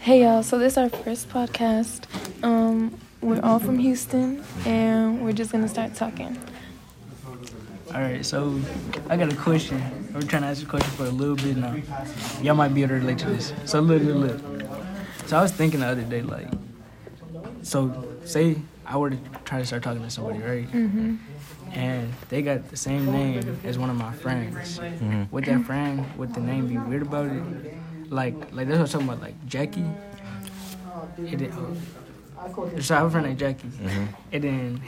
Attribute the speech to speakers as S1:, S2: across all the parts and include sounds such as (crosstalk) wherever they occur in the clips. S1: Hey y'all, so this is our first podcast. Um, we're all from Houston and we're just gonna start talking.
S2: All right, so I got a question. We're trying to ask a question for a little bit now. Y'all might be able to relate to this. So look, look, look. So I was thinking the other day, like, so say I were to try to start talking to somebody, right? And they got the same name as one of my friends. Would that friend, would the name be weird about it? Like, like that's what I'm talking about. Like Jackie. It didn't, oh. so I have a friend named Jackie, and then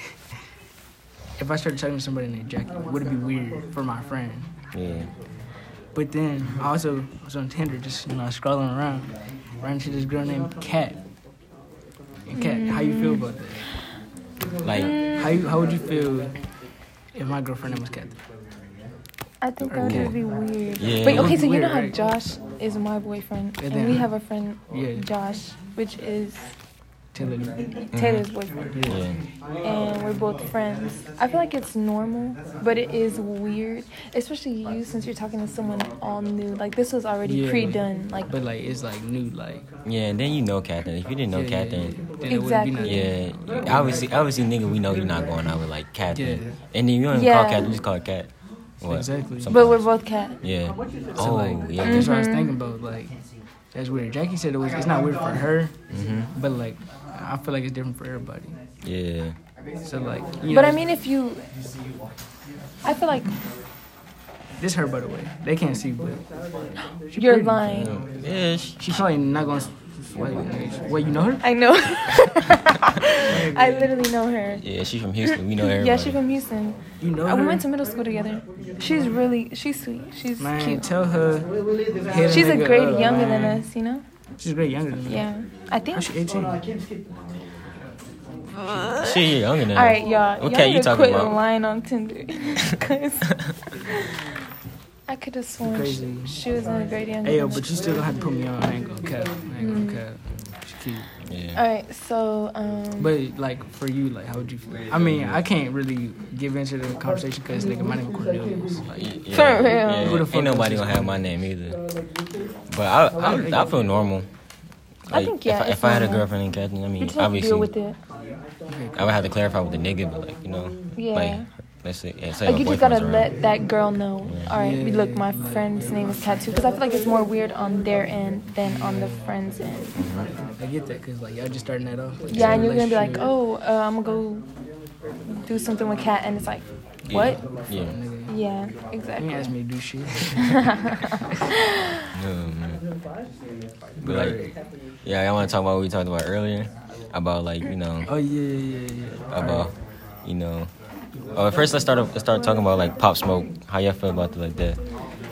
S2: if I started talking to somebody named Jackie, would it be weird for my friend?
S3: Yeah.
S2: But then I also was on Tinder, just you know, scrolling around, ran into this girl named Kat. And Kat, how you feel about that?
S3: Like,
S2: How you, how would you feel if my girlfriend name was Kat?
S1: I think that would
S3: Okay.
S1: just be weird.
S3: Yeah.
S1: Wait,
S3: That would
S1: okay,
S2: be
S1: so you
S2: weird,
S1: know how
S2: right?
S1: Josh is my boyfriend
S2: Yeah,
S1: and
S2: then-
S1: we have a friend
S2: Yeah.
S1: Josh, which is
S2: Taylor. Mm-hmm.
S1: Taylor's boyfriend,
S3: yeah.
S1: and we're both friends. I feel like it's normal, but it is weird, especially you since you're talking to someone all new. Like this was already
S2: Yeah.
S1: pre-done. Like
S2: But like it's like new, like
S3: Yeah, and then you know Catherine. If you didn't know Catherine,
S2: then it wouldn't be nothing.
S3: yeah. obviously, obviously, nigga, we know you're not going out with like Catherine.
S2: Yeah.
S3: And then you don't even
S1: Yeah.
S3: call Catherine, you just call her Cat. What?
S2: Exactly.
S1: but we're
S3: Sometimes.
S1: both cat.
S3: yeah.
S2: So
S3: Oh,
S2: like
S3: yeah.
S2: that's what I was
S1: Mm-hmm.
S2: thinking about. Like that's weird. Jackie said it was. It's not weird for her,
S3: Mm-hmm.
S2: but like I feel like it's different for everybody.
S3: Yeah.
S2: So like, you
S1: But
S2: know,
S1: I mean, if you, I feel like
S2: this her by the way. They can't see, but she
S1: you're
S2: pretty.
S1: lying.
S3: Yeah. sh-
S2: She's probably not gonna. s- Wait, wait, you know her?
S1: I
S2: (laughs)
S1: know. I literally know her.
S3: Yeah, she's from Houston. We know everybody.
S1: Yeah, she's from Houston.
S2: You know
S1: Uh,
S2: her?
S1: We went to middle school together. She's really, she's sweet. She's
S2: Man,
S1: cute.
S2: tell her. hit
S1: She's a
S2: nigga
S1: grade
S2: up,
S1: younger than
S2: man.
S1: us, you know?
S2: She's a grade younger than us.
S1: Yeah. I think.
S2: She's 18.
S3: Shit, you're younger than
S1: All right,
S3: us.
S1: y'all.
S3: What
S1: y'all
S3: cat
S1: need
S3: you
S1: to
S3: talking
S1: quit
S3: about?
S1: lying on Tinder. (laughs) 'Cause I could have sworn she,
S2: Crazy.
S1: she was in a grade younger.
S2: Hey, yo,
S1: than
S2: but
S1: us.
S2: you still gonna have to put me on. I ain't gonna cap. I ain't
S1: Mm-hmm.
S2: gonna cap. She's cute.
S3: Yeah.
S1: All right, so um,
S2: But, like, for you, like, how would you feel? I mean, I can't really give into the conversation because, nigga, my name Cornelius. Like,
S3: Yeah,
S1: For real.
S3: yeah.
S2: Who the fuck
S3: Ain't nobody
S2: else
S3: gonna
S2: is
S3: have my name either. But I, I, I feel normal.
S1: I think, yeah,
S3: If, I,
S1: it's
S3: if I had a
S1: normal.
S3: girlfriend and Catherine, I
S1: you
S3: mean,
S1: just have to
S3: obviously.
S1: deal with it.
S3: I would have to clarify with the nigga, but like you know,
S1: Yeah.
S3: like let's say, yeah, say
S1: Like
S3: my
S1: you just
S3: boyfriend's
S1: gotta
S3: around.
S1: let that girl know. All right,
S2: Yeah,
S1: look, my
S2: like-
S1: friend's name is Tattoo because I feel like it's more weird on their end than on the friend's end.
S3: Mm-hmm.
S2: I get that because, like, y'all just starting that off. Like,
S1: Yeah, and you're gonna be like,
S2: relationship.
S1: oh, uh, I'm gonna go do something with Kat, and it's like, what?
S3: Yeah.
S2: Nigga,
S1: Yeah,
S2: you ain't ask
S1: exactly.
S2: me to do shit. (laughs)
S1: (laughs)
S3: No, man.
S2: But,
S3: But like,
S2: like,
S3: yeah, I want to talk about what we talked about earlier about like you know
S2: oh, yeah, yeah, yeah, yeah. All right.
S3: about you know. Uh, first, let's start off- let's start talking about like pop smoke. How y'all feel about like that?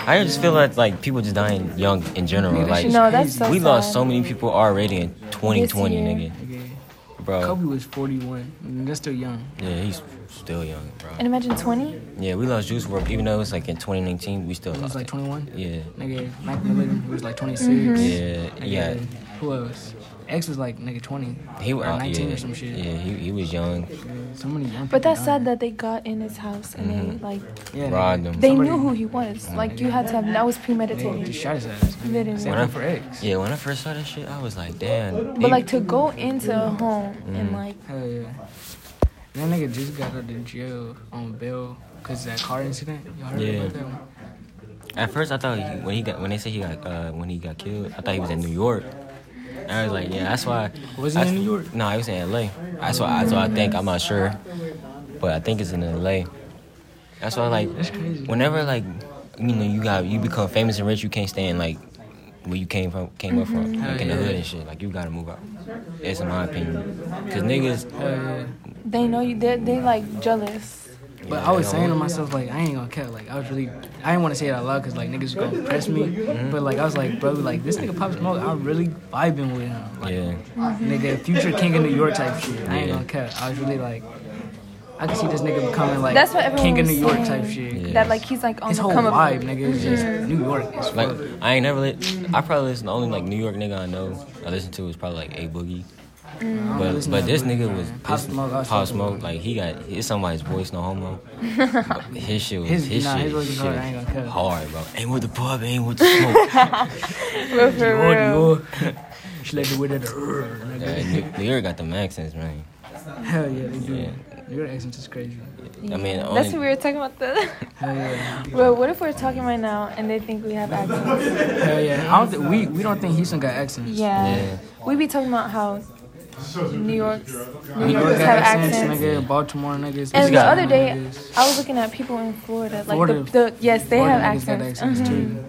S3: I just feel like like people just dying young in general. Like
S1: No, that's so
S3: we lost
S1: sad.
S3: so many people already in 2020,
S1: This year.
S3: nigga.
S2: Okay.
S3: Bro,
S2: Kobe was 41. and That's still young.
S3: yeah, he's still young, bro.
S1: And imagine 20.
S3: Yeah, we lost Juice WRLD even though it was like in 2019, we still
S2: He was
S3: lost.
S2: like
S3: it.
S2: 21.
S3: Yeah.
S2: Nigga, Mac Miller he was like 26.
S1: Mm-hmm.
S3: Yeah,
S2: Nigga,
S3: yeah.
S2: Who else? X was like nigga 20.
S3: He
S2: or
S3: was
S2: 19
S3: yeah,
S2: or some shit.
S3: Yeah, he, he was young.
S2: So many young people
S1: But that's
S2: dying.
S1: sad that they got in his house and they
S3: Mm-hmm.
S1: like
S2: Yeah,
S3: Robbed
S2: nigga.
S3: him.
S1: they
S2: Somebody-
S1: knew who he was.
S3: Mm-hmm.
S1: Like you had to have that was
S2: They
S1: premeditated.
S2: just shot his ass.
S1: Literally.
S2: Same thing for X.
S3: Yeah, when I first saw that shit, I was like, damn.
S1: But like to go into a home and
S3: Mm-hmm.
S1: like
S2: Hell yeah. And that nigga just got out of jail on bail because that car incident. Y'all heard
S3: Yeah.
S2: about that one?
S3: at first I thought he, when he got when they said he got uh, when he got killed, I thought he was in New York. And I was like, yeah, that's why.
S2: Was he
S3: that's-
S2: in New York?
S3: No, he was in L.A. That's why. That's why I think I'm not sure, but I think it's in L.A. That's why like
S2: That's crazy.
S3: whenever like you know you got you become famous and rich, you can't stay in like where you came from, came up from, like in the
S2: Mm-hmm. yeah.
S3: hood and shit. Like you gotta move out. That's my opinion. Cause niggas,
S2: Hell yeah.
S1: they know you. They they like jealous.
S2: But I was saying to myself, like, I ain't gonna cut. Like, I was really, I didn't want to say it out loud because, like, niggas was gonna press me.
S3: Mm-hmm.
S2: But, like, I was like, bro, like, this nigga Pop Smoke, I'm really vibing with him. Like,
S3: yeah.
S2: nigga, future king of New York type shit. I ain't
S3: Yeah.
S2: gonna cut. I was really like, I could see this nigga becoming, like,
S1: That's what everyone
S2: king of
S1: was
S2: New York
S1: saying.
S2: type shit.
S3: Yeah.
S1: That like he's like on
S2: His
S1: the
S2: whole
S1: come up. (laughs)
S2: vibe, nigga, is just New York. As
S3: Like
S2: fuck.
S3: I ain't never lit. I probably listen the only like New York nigga I know I listen to is probably like A Boogie.
S2: I don't
S3: But
S2: listen
S3: but
S2: to
S3: this
S2: that
S3: nigga
S2: boy,
S3: was
S2: man. Pop
S3: this,
S2: Smoke, I was
S3: Pop
S2: fucking with
S3: Smoke
S2: him.
S3: like he got it's somebody's voice
S2: (laughs)
S3: no homo. But his shit was
S2: His-
S3: his, shit,
S2: nah, his voice
S3: shit
S2: is hard, I ain't gonna cut. (laughs)
S3: hard, bro. Ain't with the pub, ain't with the smoke.
S1: For real.
S2: Lord,
S3: (laughs)
S2: Lord. She like the way that. uh, Like,
S3: Yeah, New- New York got them accents, man.
S2: Hell yeah, they do.
S3: Yeah.
S2: Your accent is crazy.
S3: I mean, only,
S1: That's what we were talking about.
S3: (laughs)
S1: The
S2: Hell yeah.
S1: well, what if we're talking right now and they think we
S3: (laughs)
S1: have accents?
S2: Hell yeah. I don't think we we don't think Houston got accents.
S1: Yeah.
S3: Yeah.
S1: we be talking about how New York's New
S2: New York
S1: Yorkers
S2: got
S1: have
S2: accents,
S1: accents.
S2: nigga. Baltimore niggas.
S1: And the
S3: got
S1: other day,
S2: niggas.
S1: I was looking at people in Florida. Like
S2: Florida-
S1: the, the yes, they
S2: Florida
S1: have
S2: niggas got
S1: accents. Mhm.
S2: too.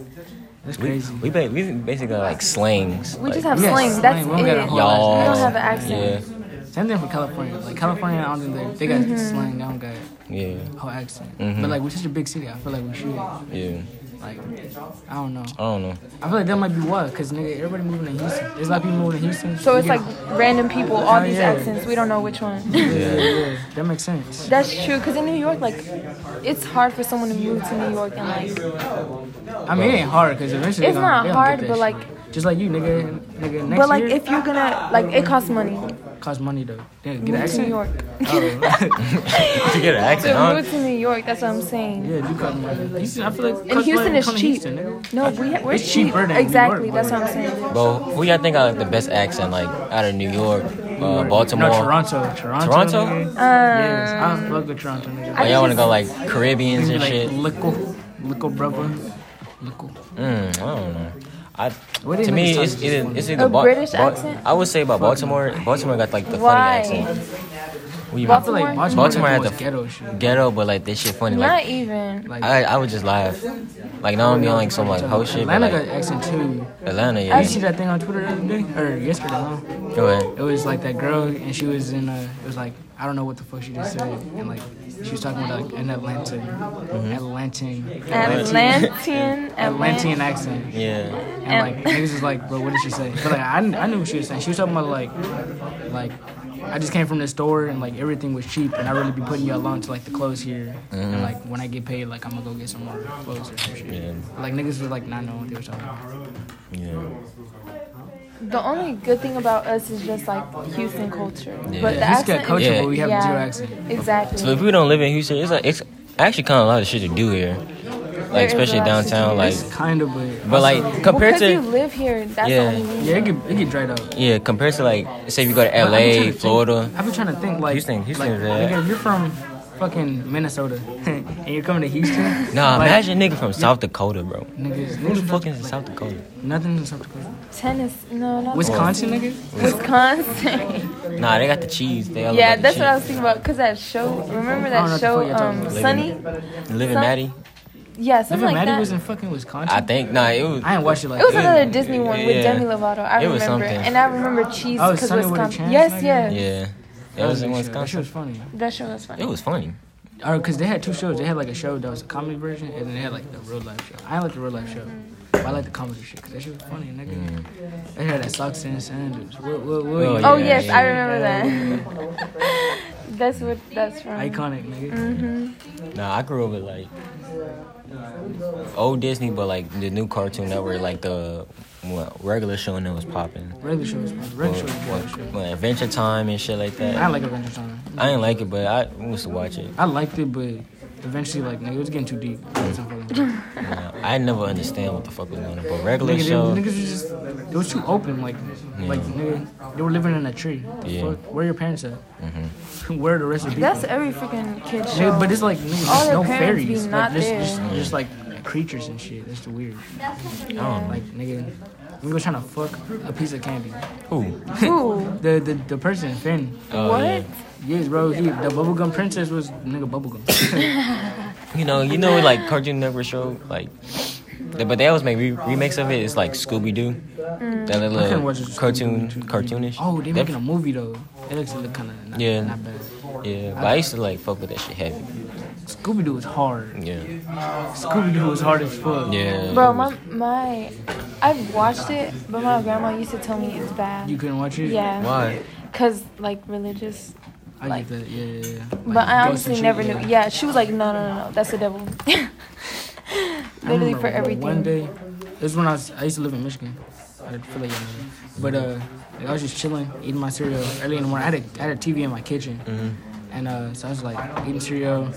S2: That's
S3: we
S2: crazy.
S3: we, ba- we basically got like slangs.
S1: We just
S3: like,
S1: have
S2: Yes,
S1: slang. That's
S2: slang. We don't got a
S1: it.
S2: whole
S3: Y'all.
S1: We don't have an
S3: yeah,
S1: accent.
S2: Same thing for California. Like California, I don't think they, they
S1: Mm-hmm.
S2: got slang. They don't got
S3: yeah,
S2: whole accent.
S3: Mhm.
S2: But like we're such a big city, I feel like we should. Like
S3: yeah.
S2: I don't know.
S3: I
S1: (laughs)
S3: don't know.
S2: I feel like that might be why, cause nigga, everybody moving to Houston. There's a lot of people moving to Houston.
S1: So it's
S2: Yeah.
S1: like random people, all
S2: Oh,
S1: these
S2: yeah.
S1: accents. We don't know which one.
S2: yeah, yeah, yeah. that makes sense.
S1: (laughs) That's true, because in New York, like, it's hard for someone to move to New York and, like,
S2: I mean, it ain't hard, cause eventually
S1: It's
S2: they gonna-
S1: not
S2: they gonna
S1: hard,
S2: get
S1: but,
S2: that
S1: like-
S2: shit. just like you, nigga, nigga. Next
S1: but, like,
S2: year,
S1: if you're gonna, like, it costs money to
S2: cost money though. Yeah, get an
S1: move to New
S2: accent.
S1: York. (laughs) Oh.
S3: To get an accent,
S1: To
S3: huh?
S1: (laughs) move to New York, that's what I'm saying.
S2: Yeah, do cost money. Houston, I feel like
S1: And
S2: cost
S1: Houston
S2: money
S1: is
S2: come to
S1: cheap.
S2: Houston, nigga.
S1: No, we ha- we're
S2: It's cheaper
S1: cheap.
S2: than New
S1: Exactly,
S2: York.
S1: that's what I'm saying.
S3: But who y'all think got like the best accent, like out of New York, uh, Baltimore?
S2: No, Toronto, Toronto,
S3: Toronto?
S2: Nigga.
S1: Uh,
S2: yes, I fuck with Toronto, nigga.
S3: Or y'all want to go like Caribbeans
S2: Be
S3: and
S2: like,
S3: shit?
S2: Lickle, lickle, brother, lickle.
S3: Mm, I don't know. I,
S2: What do you
S3: to
S2: niggas
S3: me,
S2: talk
S3: it's
S2: to
S3: either, it's either
S1: A British accent?
S3: I would say about Baltimore. Baltimore got like the
S1: Why?
S3: funny accent. What you
S2: I
S3: mean?
S2: feel like Baltimore,
S3: Baltimore
S2: got
S3: had
S2: the
S3: the
S2: most ghetto shit.
S3: ghetto, but like this shit funny.
S1: Not
S3: Like
S1: even.
S2: Like
S3: I, I would just laugh. Like now I'm on like some like hoe shit, but
S2: Atlanta got
S3: like
S2: accent too.
S3: Atlanta,
S2: Did
S3: yeah.
S2: you see that thing on Twitter the other day or yesterday? Huh?
S3: Go ahead.
S2: It was like that girl, and she was in a. It was like I don't know what the fuck she just said, and like she was talking about like, an Atlantan,
S3: Mm-hmm.
S2: Atlantan,
S1: Atlantean, Atlantean.
S2: Atlantean accent.
S3: Yeah.
S2: And like niggas is like, bro, what did she say? But like I, I knew what she was saying. She was talking about like, like I just came from the store and like everything was cheap, and I really be putting y'all on to like the clothes here, and like when I get paid, like I'm gonna go get some more clothes or some shit.
S3: Yeah.
S2: Like niggas was like not knowing what they were talking about.
S3: Yeah.
S1: The only good thing about us is just, like, Houston culture. But the
S2: Houston got
S1: accent.
S2: culture,
S3: Yeah.
S2: but we have
S1: yeah,
S2: zero accent.
S3: So
S1: Exactly.
S3: if we don't live in Houston, it's like it's actually kind of a lot of shit to do here,
S1: There
S3: like
S1: is a
S3: especially
S1: lot to
S3: downtown. Like,
S2: It's kind of, but
S3: but like compared
S1: because you
S3: to
S1: live here, that's
S3: Yeah.
S1: the only reason.
S2: yeah, it get it get dried up.
S3: yeah, compared to like say if you go to
S2: But I've been trying
S3: L.A.,
S2: to think-
S3: Florida.
S2: I've been trying to think like
S3: Houston- Houston
S2: like,
S3: is bad.
S2: nigga, if you're from fucking Minnesota (laughs) and you're coming to Houston.
S3: Nah,
S2: like,
S3: imagine a nigga from South Dakota, bro.
S2: Niggas,
S3: Who the
S2: niggas
S3: fuck is in South Dakota?
S2: Nothing in South Dakota.
S1: Tennessee, no, not
S2: Wisconsin, nigga?
S1: Wisconsin.
S3: Nah, they got the cheese. They all
S1: yeah,
S3: got the
S1: that's
S3: cheese.
S1: what I was thinking about. Cause that show, remember
S2: Oh,
S1: that
S2: not the
S1: show,
S2: fuck you're talking
S1: um,
S2: about.
S1: Sunny?
S3: Living
S1: Some-
S3: Maddie,
S1: Yeah, something
S2: Living
S1: like
S2: Maddie
S1: that.
S2: was in fucking Wisconsin.
S3: I think. Nah, it was.
S2: I ain't watched it like
S1: it was
S2: that.
S1: another Disney one with
S3: Yeah.
S1: Demi Lovato. I
S3: It
S1: remember,
S3: was something.
S1: and I remember cheese
S2: Oh,
S1: because
S2: Sunny with a
S1: Wisconsin.
S2: Chance,
S1: Yes,
S2: like
S1: yeah.
S2: that?
S3: Yeah, it was in
S2: That shit
S3: Wisconsin.
S2: was funny.
S1: that show was funny.
S3: It was funny.
S2: Or because they had two shows. They had like a show that was a comedy version, and then they had like a real life show. I like the real life show.
S1: Mm-hmm.
S2: But I like the comedy shit because that shit was funny, nigga. They had that socks and sandals. What, what, what?
S3: Mm-hmm. Oh,
S1: oh
S3: yeah,
S1: yes,
S3: yeah,
S1: I remember that. (laughs) that's what that's from.
S2: Iconic, nigga.
S1: Mm-hmm.
S3: Nah, I grew up with like old Disney, but like the new Cartoon Network, like the well, regular show and it was popping.
S2: Regular show was fun.
S3: Or-
S2: Regular show was
S3: or-
S2: good. shit.
S3: or Adventure Time and shit like
S2: I
S3: that.
S2: like Adventure Time.
S3: I didn't like it, but I used to watch it.
S2: I liked it, but eventually, like, nigga, it was getting too deep.
S3: Mm.
S2: It wasn't fucking-
S3: Nah, I never understand what the fuck was going on. But regular
S2: Nigga,
S3: show,
S2: they, niggas was just, it was too open. Like, like nigga, they were living in a tree. The
S3: Yeah. Mm-hmm.
S2: fuck? Where are your parents at? (laughs) Where are the rest of the people?
S1: That's every freaking kid show.
S2: Nigga, but it's like nigga,
S1: All
S2: there's
S1: their
S2: no
S1: parents be
S2: fairies.
S1: not
S2: like, there's,
S1: there.
S2: there's, there's, like creatures and shit. That's the weird.
S1: yeah.
S2: Like nigga, we were trying to fuck a piece of candy.
S3: who?
S1: Who?
S2: The the, the person Finn.
S3: Oh,
S1: what?
S3: yeah.
S2: Yes, bro. He, the bubblegum princess was nigga
S3: (laughs)
S2: bubblegum. (laughs)
S3: You know, you know, like Cartoon Network show, like, they- but they always make re- remakes of it. It's like Scooby Doo,
S1: Mm.
S3: that
S2: couldn't
S3: little
S2: watch it.
S3: cartoon, cartoonish.
S2: oh, they
S3: That-
S2: making a movie though. It looks look kind of not,
S3: Yeah.
S2: not bad.
S3: Yeah, but I used to like fuck with that shit heavy.
S2: Scooby Doo was hard.
S3: Yeah,
S2: Scooby Doo was hard as fuck.
S3: yeah.
S1: Bro, my my, I've watched it, but my grandma used to tell me it's bad.
S2: You couldn't watch it.
S1: Yeah.
S3: Why?
S1: Cause like religious,
S2: I
S1: Like-
S2: get that. Yeah, yeah, yeah. Like,
S1: but I
S2: ghosts and
S1: honestly
S2: shit,
S1: never
S2: yeah.
S1: knew. Yeah, she was like, no, no, no, no, that's the devil. (laughs)
S2: I
S1: Literally
S2: remember
S1: for everything.
S2: One day, this is when I was, I used to live in Michigan. I feel like, you know, but uh, like, I was just chilling, eating my cereal early in the morning. I had a, I had a TV in my kitchen,
S3: Mm-hmm.
S2: And uh, so I was like eating cereal.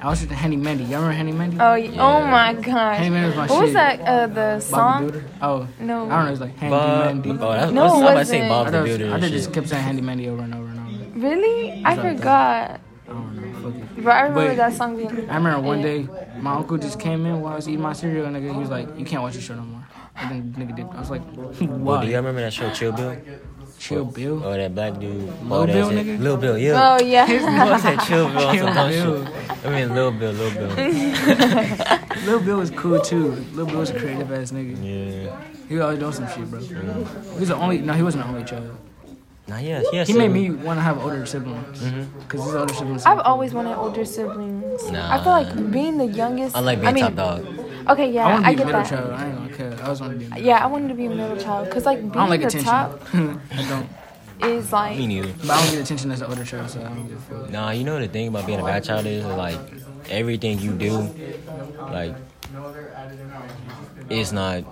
S2: I was with Henny Mandy. Y'all remember Henny Mandy?
S1: Oh, yeah. oh my gosh.
S2: Henny Mandy was my
S1: what was
S2: shit.
S1: that? Uh, the
S2: Bobby
S1: song?
S2: Builder. Oh,
S1: No.
S2: I don't know. It was like Handy
S3: Bob,
S2: Mandy.
S3: oh, that's,
S1: No,
S3: I was about to
S1: it
S3: say
S1: wasn't.
S2: I,
S3: Bob the
S2: just,
S3: Builder
S2: I
S3: and
S2: just
S3: shit.
S2: kept saying Handy Mandy over and over and over.
S1: Really? I forgot.
S2: I don't know. Fuck it.
S1: But I remember
S2: But-
S1: that song being.
S2: I remember one
S1: Yeah.
S2: day my uncle just came in while I was eating my cereal and nigga, he was like, "You can't watch the show no more." And then nigga did. I was like, (laughs)
S3: Well, do y'all
S2: "Why?
S3: remember that show Chill Bill?
S2: Chill, Bill."
S3: Oh, that black dude.
S2: Lil
S3: oh, that's
S2: Bill,
S3: it.
S2: nigga?
S3: Lil Bill, yeah.
S2: (laughs)
S3: (laughs)
S1: Oh, yeah.
S3: What's that Chill Bill? on
S2: Chill
S3: some dumb
S2: Bill.
S3: shit. I mean, Lil Bill, Lil
S1: (laughs)
S3: Bill.
S2: Lil Bill was cool too. Lil Bill was a creative ass nigga.
S3: Yeah.
S2: He was always doing some shit, bro.
S3: Mm-hmm.
S2: He was the only. No, he wasn't the only child.
S3: Nah, yeah, yeah.
S2: He made me want to have older siblings
S3: Mm-hmm.
S2: because his older
S1: (laughs)
S2: siblings.
S1: I've always wanted older siblings. I feel like being the youngest.
S3: I like being
S1: I mean,
S3: top dog.
S1: Okay, yeah,
S2: I
S1: I,
S2: want to be a
S1: get
S2: middle
S1: that.
S2: child. I ain't gonna care. I always want to be. A middle.
S1: Yeah, I wanted to be a middle child because like being
S2: I don't like
S1: the
S2: attention.
S1: top
S2: (laughs) I don't.
S1: is
S3: Me
S1: like
S3: neither.
S2: But I don't get attention as an older child, so I don't give a fuck.
S3: Nah, you know the thing about being a bad child is like everything you do, like it's not.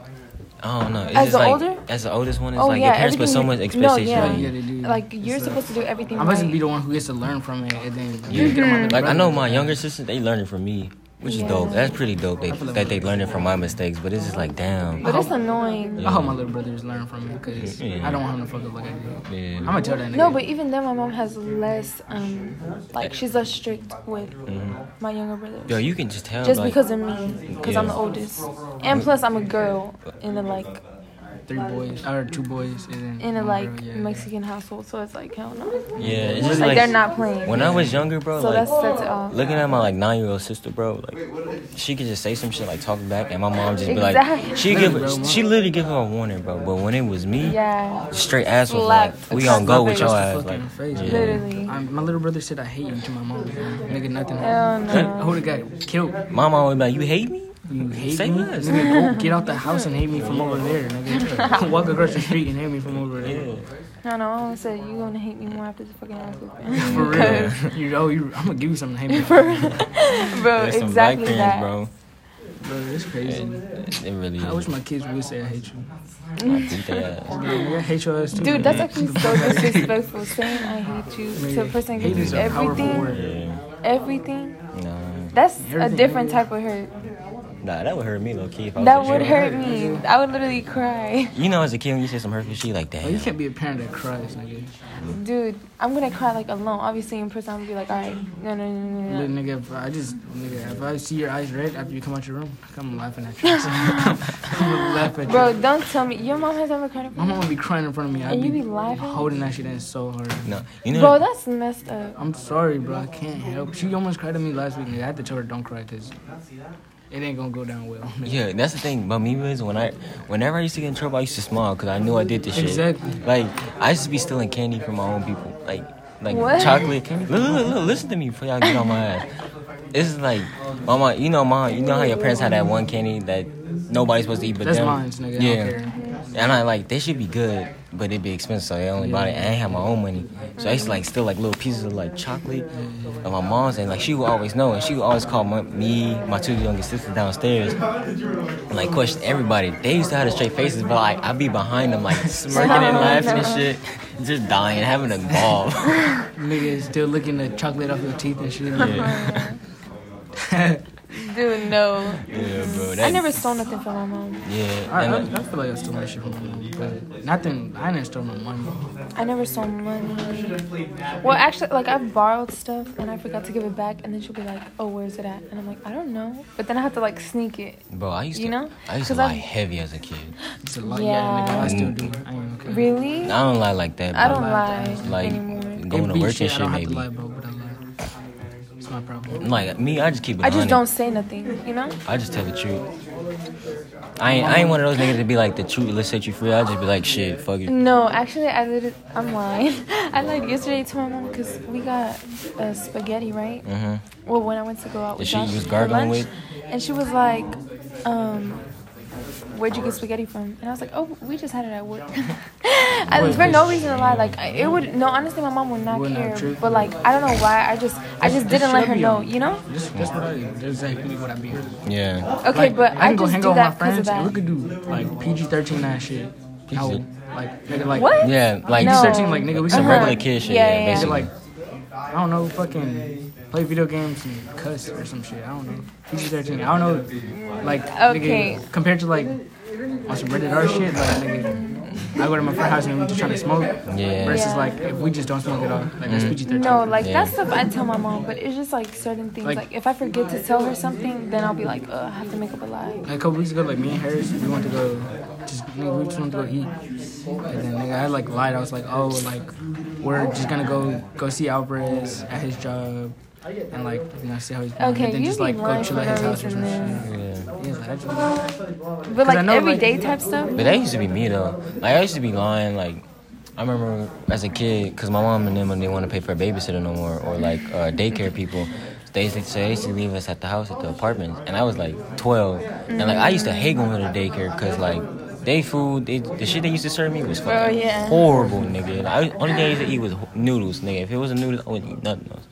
S3: I don't know. It's
S1: As
S3: just
S1: the
S3: like,
S1: older?
S3: As the oldest one, it's
S1: Oh,
S3: like
S1: yeah,
S3: your parents put so
S1: everything
S3: much
S1: you- no,
S3: expectation
S2: But
S3: on
S2: yeah,
S3: you.
S2: they do.
S1: like you're
S2: It's, uh,
S1: supposed to do everything.
S2: I'm supposed to
S1: right.
S2: be the one who gets to learn from it, and then
S3: Yeah.
S2: get on my
S3: Like I know
S2: brother.
S3: my younger sister, they learned it from me, which
S1: Yeah.
S3: is dope. That's pretty dope. They, that they learned it from my mistakes, but it's just like damn.
S1: but it's annoying.
S2: I hope my little brothers learn from it because I don't want him to fuck up like I do.
S3: Yeah.
S2: I'm gonna tell that nigga.
S1: No, but even then, my mom has less, um, like she's less strict with my younger brothers.
S3: Yo, Mm-hmm. you can just tell.
S1: just
S3: like,
S1: because of me, because I'm the
S3: Yeah.
S1: oldest, and plus I'm a girl in a like
S2: three boys or two boys and then
S1: in a
S2: one
S1: like
S2: girl, yeah.
S1: Mexican household, so it's like hell no,
S3: Yeah, it's just
S1: like,
S3: like
S1: they're not playing.
S3: When I was younger, bro,
S1: so
S3: like
S1: that's that's it all.
S3: looking at my like nine year old sister, bro, like she could just say some shit like talk back, and my mom just be
S1: Exactly.
S3: like, she
S2: Literally, bro.
S3: give, she literally give her a warning, bro. But when it was me,
S1: Yeah,
S3: straight ass was
S1: Slap.
S3: like, we gonna go with your
S2: Just
S3: ass,
S2: the
S3: like,
S2: fucking face,
S3: yeah.
S1: literally.
S2: I'm- my little brother said I hate you to my mom. Nigga, nothing.
S1: Hell no.
S2: Who got killed?
S3: mom always be like, you hate me?
S2: You hate
S3: Say
S2: me?
S3: less.
S2: Nigga, go get out the house and hate me from over
S1: (laughs)
S2: there. Nigga, walk across the street and hate me from over there.
S3: Yeah.
S1: No, no, I always said you gonna hate me more after the fucking ass
S3: (laughs)
S2: (laughs) For
S1: whooping.
S2: real, you oh, you, I'm gonna give you something to hate me. For real,
S1: (laughs) bro,
S3: There's some
S1: exactly
S3: black
S1: that.
S3: parents, bro.
S2: bro, it's crazy.
S3: It, it really
S2: I
S3: is.
S2: wish my kids would say I hate you.
S3: I beat their ass.
S2: Nigga, I hate your ass too.
S1: Dude, that's actually
S2: (laughs)
S3: (laughs)
S1: so disrespectful. Saying I hate you to a person who
S2: Hate
S1: gives
S2: is
S1: you
S2: a powerful
S1: everything,
S2: word.
S1: everything.
S3: Nah,
S1: That's a
S2: Everything.
S1: different type of hurt.
S3: nah, that would hurt me, low key. If I was
S1: That
S3: a
S1: would
S3: kid.
S1: hurt me. I would literally cry.
S3: You know, as a kid, when you say some hurtful shit, like
S2: Oh, you
S3: damn.
S2: can't be a parent that cries, nigga.
S1: Dude, I'm gonna cry like alone. Obviously, in person, I'm gonna be like, all right, no, no, no, no, no.
S2: Look, nigga, if I just, nigga, if I see your eyes red after you come out your room, I'm laughing at you.
S1: (laughs)
S2: I'm gonna laugh at you.
S1: Bro, don't tell me. Your mom has ever cried in
S2: My
S1: front
S2: mom would be crying in front of me. I'd
S1: And you
S2: be
S1: be laughing?
S2: holding that shit in so hard.
S3: No, you know.
S1: Bro, that's messed up.
S2: I'm sorry, bro. I can't help. She almost cried at me last week, nigga. I had to tell her don't cry because it ain't gonna go down well. nigga.
S3: Yeah, that's the thing about me was when I, whenever I used to get in trouble, I used to smile because I knew I did this shit.
S2: Exactly.
S3: Like I used to be stealing candy from my own people, like like
S1: What?
S3: chocolate. Look, look, look, look, listen to me before y'all get on my ass. This is like, mama, you know, mom, you know how your parents had that one candy that nobody's supposed to eat but
S2: That's
S3: them.
S2: mine, nigga. I don't care.
S3: And I like they should be good, but it'd be expensive, so they only buy it. And I ain't have my own money, so I used to like steal like little pieces of like chocolate of my mom's, and like she would always know, and she would always call my, me, my two youngest sisters downstairs, and, like question everybody. They used to have the straight faces, but like I'd be behind them like smirking and laughing and shit, just dying, having a
S1: (laughs)
S3: ball.
S2: Nigga is still licking the chocolate off your teeth and shit. (laughs)
S1: (laughs) Dude, no.
S3: yeah, bro.
S1: I
S3: That,
S1: never stole nothing from my mom.
S3: yeah,
S2: I, I,
S3: and,
S2: I feel like I stole my shit from my mom, but nothing. I didn't steal no money.
S1: I never stole money. Well, actually, like I've borrowed stuff and I forgot to give it back, and then she'll be like, "Oh, where's it at?" And I'm like, "I don't know." But then I have to like sneak it.
S3: bro, I used to,
S1: You know?
S3: I used to
S1: 'Cause I-
S3: lie heavy as a kid.
S2: It's a lot. Yeah, nigga. I still do. I ain't okay.
S3: I
S1: Really?
S3: don't lie like that.
S1: I
S3: bro.
S1: don't lie
S3: like
S1: anymore.
S3: going to
S2: be
S3: work and
S2: I
S3: shit
S2: don't have
S3: maybe.
S2: to lie, bro, but I lie. It's my problem.
S3: Like me, I just keep it.
S1: I just
S3: 100.
S1: don't say nothing. You know?
S3: I just tell the truth. I ain't, I ain't one of those niggas to be like the truth. Let's set you free. I just be like shit. Fuck it.
S1: No, actually, I did. it- I'm lying. (laughs) I lied yesterday to my mom because we got uh, spaghetti, right?
S3: hmm
S1: Well, when I went to go out with
S3: she
S1: y'all
S3: was
S1: for
S3: gargling
S1: lunch, and she was like, um, "Where'd you get spaghetti from?" And I was like, "Oh, we just had it at work." (laughs) I, for no reason to lie, like I- it would. No, honestly, my mom would not
S2: Would not
S1: care.
S2: true.
S1: But like, I don't know why. I just, I just didn't let her know. You know?
S2: That's, that's what I. That's exactly what I be.
S3: Yeah.
S1: Okay, but
S2: I
S1: I
S2: can go
S1: just
S2: hang
S1: do
S2: out with my
S1: that because of
S2: friends and we
S1: that.
S2: could do like PG thirteen that shit.
S3: PG.
S2: I would, like nigga like
S1: What?
S3: Yeah. Like
S1: No.
S2: PG thirteen like nigga we
S3: some
S2: could
S1: Uh-huh.
S3: regular kid shit.
S1: Yeah,
S3: Yeah.
S1: yeah, yeah.
S2: Nigga,
S3: basically.
S2: like I don't know, fucking play video games and cuss or some shit. I don't know. PG thirteen. I don't know, like
S1: Okay.
S2: nigga, compared to like on some Reddit R shit, like nigga, I go to my friend's house and we just trying to smoke.
S3: Yeah.
S2: Versus
S1: Yeah.
S2: like if we just don't smoke at all, like that's PG thirteen.
S1: No, like
S3: Yeah.
S1: that stuff I tell my mom, but it's just like certain things.
S2: Like-
S1: Like, if I forget to tell her something, then I'll be like, Ugh, I have to make up a lie.
S2: Like a couple weeks ago, like me and Harris, we went to go, just nigga, we just went to go eat. And then nigga, I had like lied. I was like, oh, like we're just gonna go go see Alvarez at his job, and like you know see how he's doing.
S1: Okay,
S2: and then
S1: you
S2: just
S1: be
S2: like go
S1: lying
S2: chill
S1: for
S2: at
S1: no
S2: his house or
S1: reason
S2: some shit.
S1: then.
S3: Yeah.
S2: Yeah, like, I just,
S1: But like
S2: I know, like-
S1: everyday type stuff.
S3: But that used to be me though. Like I used to be lying. Like I remember as a kid, cause my mom and them didn't want to pay for a babysitter no more, or like uh, daycare people. They used to, so they used to leave us at the house at the apartment, and I was like 12, and like I used to hate going to the daycare, cause like. They food, they, the shit they used to serve me was
S1: Bro,
S3: fucking
S1: yeah.
S3: horrible, nigga. Like, I, only thing I used to eat was ho- noodles, nigga. If it wasn't noodles, I wouldn't eat nothing else.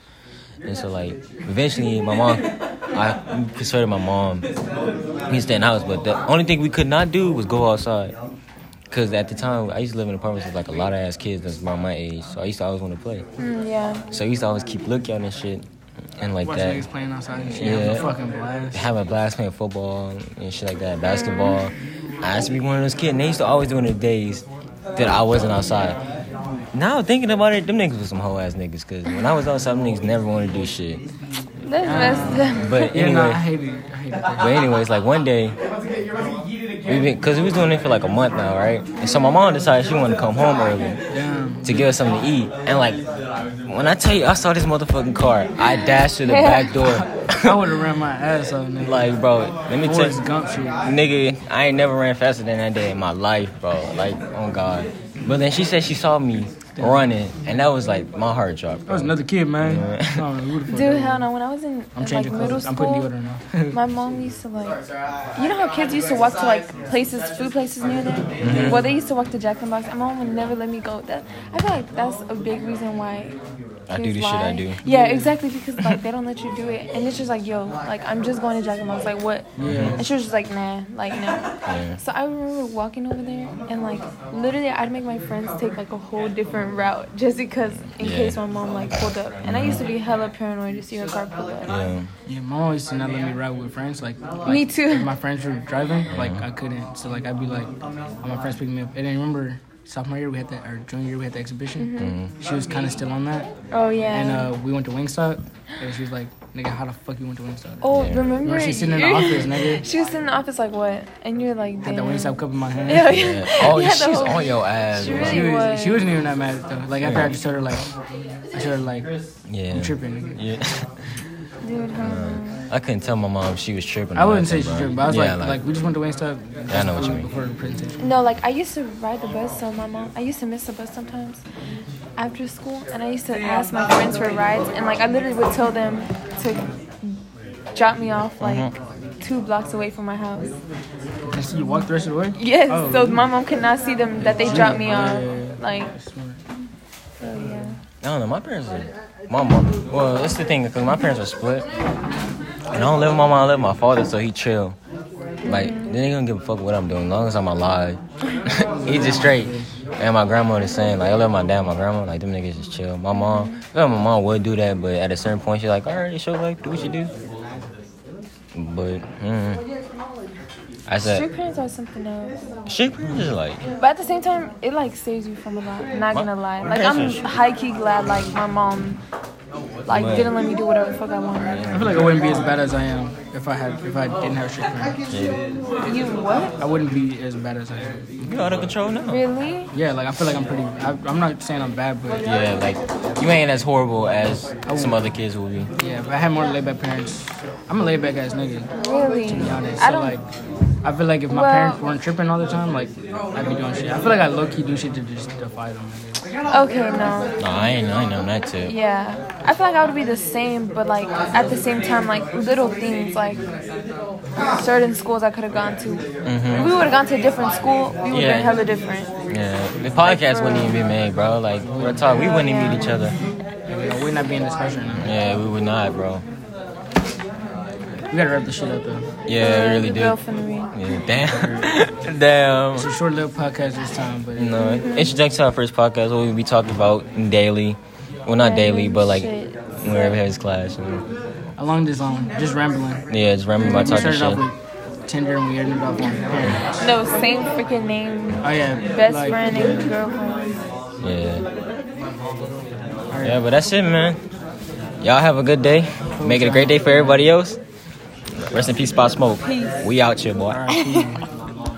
S3: And so, like, eventually, my mom, I considered my mom we stay in the house, but the only thing we could not do was go outside. Cause at the time I used to live in apartments with like a lot of ass kids that's about my age, so I used to always want to play.
S1: Mm, yeah.
S3: So I used to always keep looking and shit, and like
S2: watch
S3: that,
S2: niggas playing outside and shit.
S3: Yeah.
S2: Yeah. fucking blast.
S3: have a blast playing football and shit like that, basketball. I used to be one of those kids, and they used to always do in the days that I wasn't outside. Now thinking about it, them niggas was some hoe ass niggas. Cause when I was outside, them niggas never wanted to do shit.
S1: That's messed up.
S3: But
S2: Yeah,
S3: anyway.
S2: no, I hate it. I (laughs) hate it.
S3: But anyways, like one day, we been because we was doing it for like a month now, right? And so my mom decided she wanted to come home early
S2: Damn.
S3: to give us something to eat. And like, when I tell you, I saw this motherfucking car. I dashed to the back
S2: I
S3: door.
S2: would have ran my ass off, nigga.
S3: like, bro, let me tell
S2: Forrest
S3: you,
S2: Gump shit.
S3: nigga, I ain't never ran faster than that day in my life, bro. Like, oh God. But then she said she saw me running, and that was like my heart dropped.
S2: I was
S3: Bro.
S2: another kid, man.
S3: Yeah.
S2: I don't know who the fuck
S1: (laughs)
S2: that
S1: Dude,
S2: was.
S1: hell no. When I was in
S2: I'm
S1: in, like
S2: changing
S1: middle
S2: clothes. I'm putting
S1: school,
S2: deodorant on. (laughs)
S1: my mom used to like, you know how kids used to walk to like places, food places near there.
S3: Mm-hmm.
S1: Well, they used to walk to Jack in the Box, and my mom would never let me go. That I feel like that's a big reason why.
S3: I do
S1: kids
S3: the shit I
S1: lie.
S3: do.
S1: Yeah, exactly because like they don't let you do it, and it's just like yo, like I'm just going to Jack in the Box. Like what? And she was just like nah, like no.
S3: Yeah.
S1: So I remember walking over there and like literally I'd make my friends take like a whole different route just because in
S3: Yeah.
S1: case my mom like pulled up. And I used to be hella paranoid to see her car pull up.
S3: Yeah.
S2: Yeah, my mom used to not let me ride with friends. Like, like,
S1: Me too.
S2: If my friends were driving, like I couldn't. So like I'd be like, all my friends picking me up. And then remember sophomore year we had that, or junior year we had the exhibition.
S3: Mm-hmm.
S2: She was kind of still on that,
S1: Oh Mm-hmm. yeah.
S2: and uh, we went to Wingstop, and she was like, "Nigga, how the fuck you went to Wingstop?"
S1: oh,
S3: Yeah.
S1: remember?
S2: Remember she's sitting in the
S1: you-
S2: office,
S1: (laughs)
S2: nigga.
S1: she was sitting in the office like what? And you're like damn.
S2: Had the Wingstop cup in my
S1: (laughs)
S2: hand.
S1: Yeah,
S2: (laughs)
S3: Yeah. Oh,
S1: You had the
S3: she's
S1: whole-
S3: on your ass.
S1: She
S3: bro.
S1: really-
S2: She
S1: What?
S2: was. She wasn't even that mad though. Like after I just showed her like, I showed her like,
S3: Yeah.
S2: I'm tripping. Nigga.
S3: Yeah. (laughs)
S1: Dude, huh?
S3: I couldn't tell my mom she was tripping. or
S2: I wouldn't say she's
S3: nothing, bro.
S2: tripping, but I was
S3: yeah,
S2: like, like, we just went to Wingstop.
S3: Yeah, I know what you mean.
S2: Before the presentation.
S1: No, like I used to ride the bus. So my mom, I used to miss the bus sometimes after school, and I used to ask my friends for rides, and like I literally would tell them to drop me off
S2: Uh-huh.
S1: like two blocks away from my house. (laughs)
S2: And so you walked the rest of the way.
S1: Yes,
S2: Oh.
S1: so my mom could not see them that they dropped me
S2: Yeah,
S1: off.
S2: yeah, yeah.
S1: Like,
S2: Smart.
S1: so yeah.
S3: I don't know. My parents are. My mom. Well, that's the thing because my parents are split, and I don't live with my mom. I live with my father, so he chill. Like they ain't gonna give a fuck what I'm doing, as long as I'm alive. (laughs) he just straight. And my grandma the same. Like I love my dad, my grandma. Like them niggas just chill. My mom. Well, my mom would do that, but at a certain point, she's like, all right, it's your life. Do what you do. But mm, I
S1: Street
S3: said,
S1: parents are something else.
S3: shit, parents is like.
S1: But at the same time, it like saves you from a lot. Not gonna lie. Like I'm high key glad like my mom like didn't let me do whatever the fuck I wanted.
S2: I feel like I wouldn't be as bad as I am if I had if I didn't have strict parents.
S1: You what?
S2: I wouldn't be as bad as I am.
S3: You out of control now.
S1: Really?
S2: Yeah, like I feel like I'm pretty. I, I'm not saying I'm bad, but yeah,
S3: Yeah, like you ain't as horrible as some other kids will be.
S2: if I had more laid back parents, I'm a laid back ass nigga.
S1: Really?
S2: To be honest,
S1: I
S2: so
S1: don't.
S2: like, I feel like if my
S1: Well-
S2: parents weren't tripping all the time, like I'd be doing shit. I feel like I low key do shit to just defy them. nigga.
S1: okay, no.
S3: No, I ain't, I ain't on that tip.
S1: Yeah. I feel like I would be the same, but like at the same time, like little things like certain schools I could have gone to. If we would have gone to a different school, we would have
S3: Mm-hmm. Yeah.
S1: been hella different.
S3: Yeah, the podcast wouldn't even be made, bro. Like real talk, we wouldn't even meet each other.
S2: Like, we're not being discussed right now.
S3: Yeah, we would not, bro.
S2: We gotta wrap this shit up though.
S3: Yeah, we really
S1: the
S3: do.
S1: girl finna
S3: Yeah,
S1: be-
S3: damn, (laughs) damn.
S2: It's a short little podcast this time, but
S3: You know, introduction to our first podcast. What we be talking about daily. Well, not daily, but like
S1: Shit.
S3: when we ever had this class. You know?
S2: Along this line, just rambling.
S3: Yeah, just rambling about
S2: We
S3: talking
S2: started off
S3: shit.
S2: with Tinder and we ended up on parents.
S1: No, same freaking name.
S2: Oh yeah,
S1: Best
S2: like,
S1: friend and girlfriend.
S3: Yeah.
S2: alright.
S3: Yeah, but that's it, man. Y'all have a good day. Make it a great day for everybody else. Rest in peace, Pop Smoke.
S1: Peace.
S3: We out here, boy.
S2: RIP.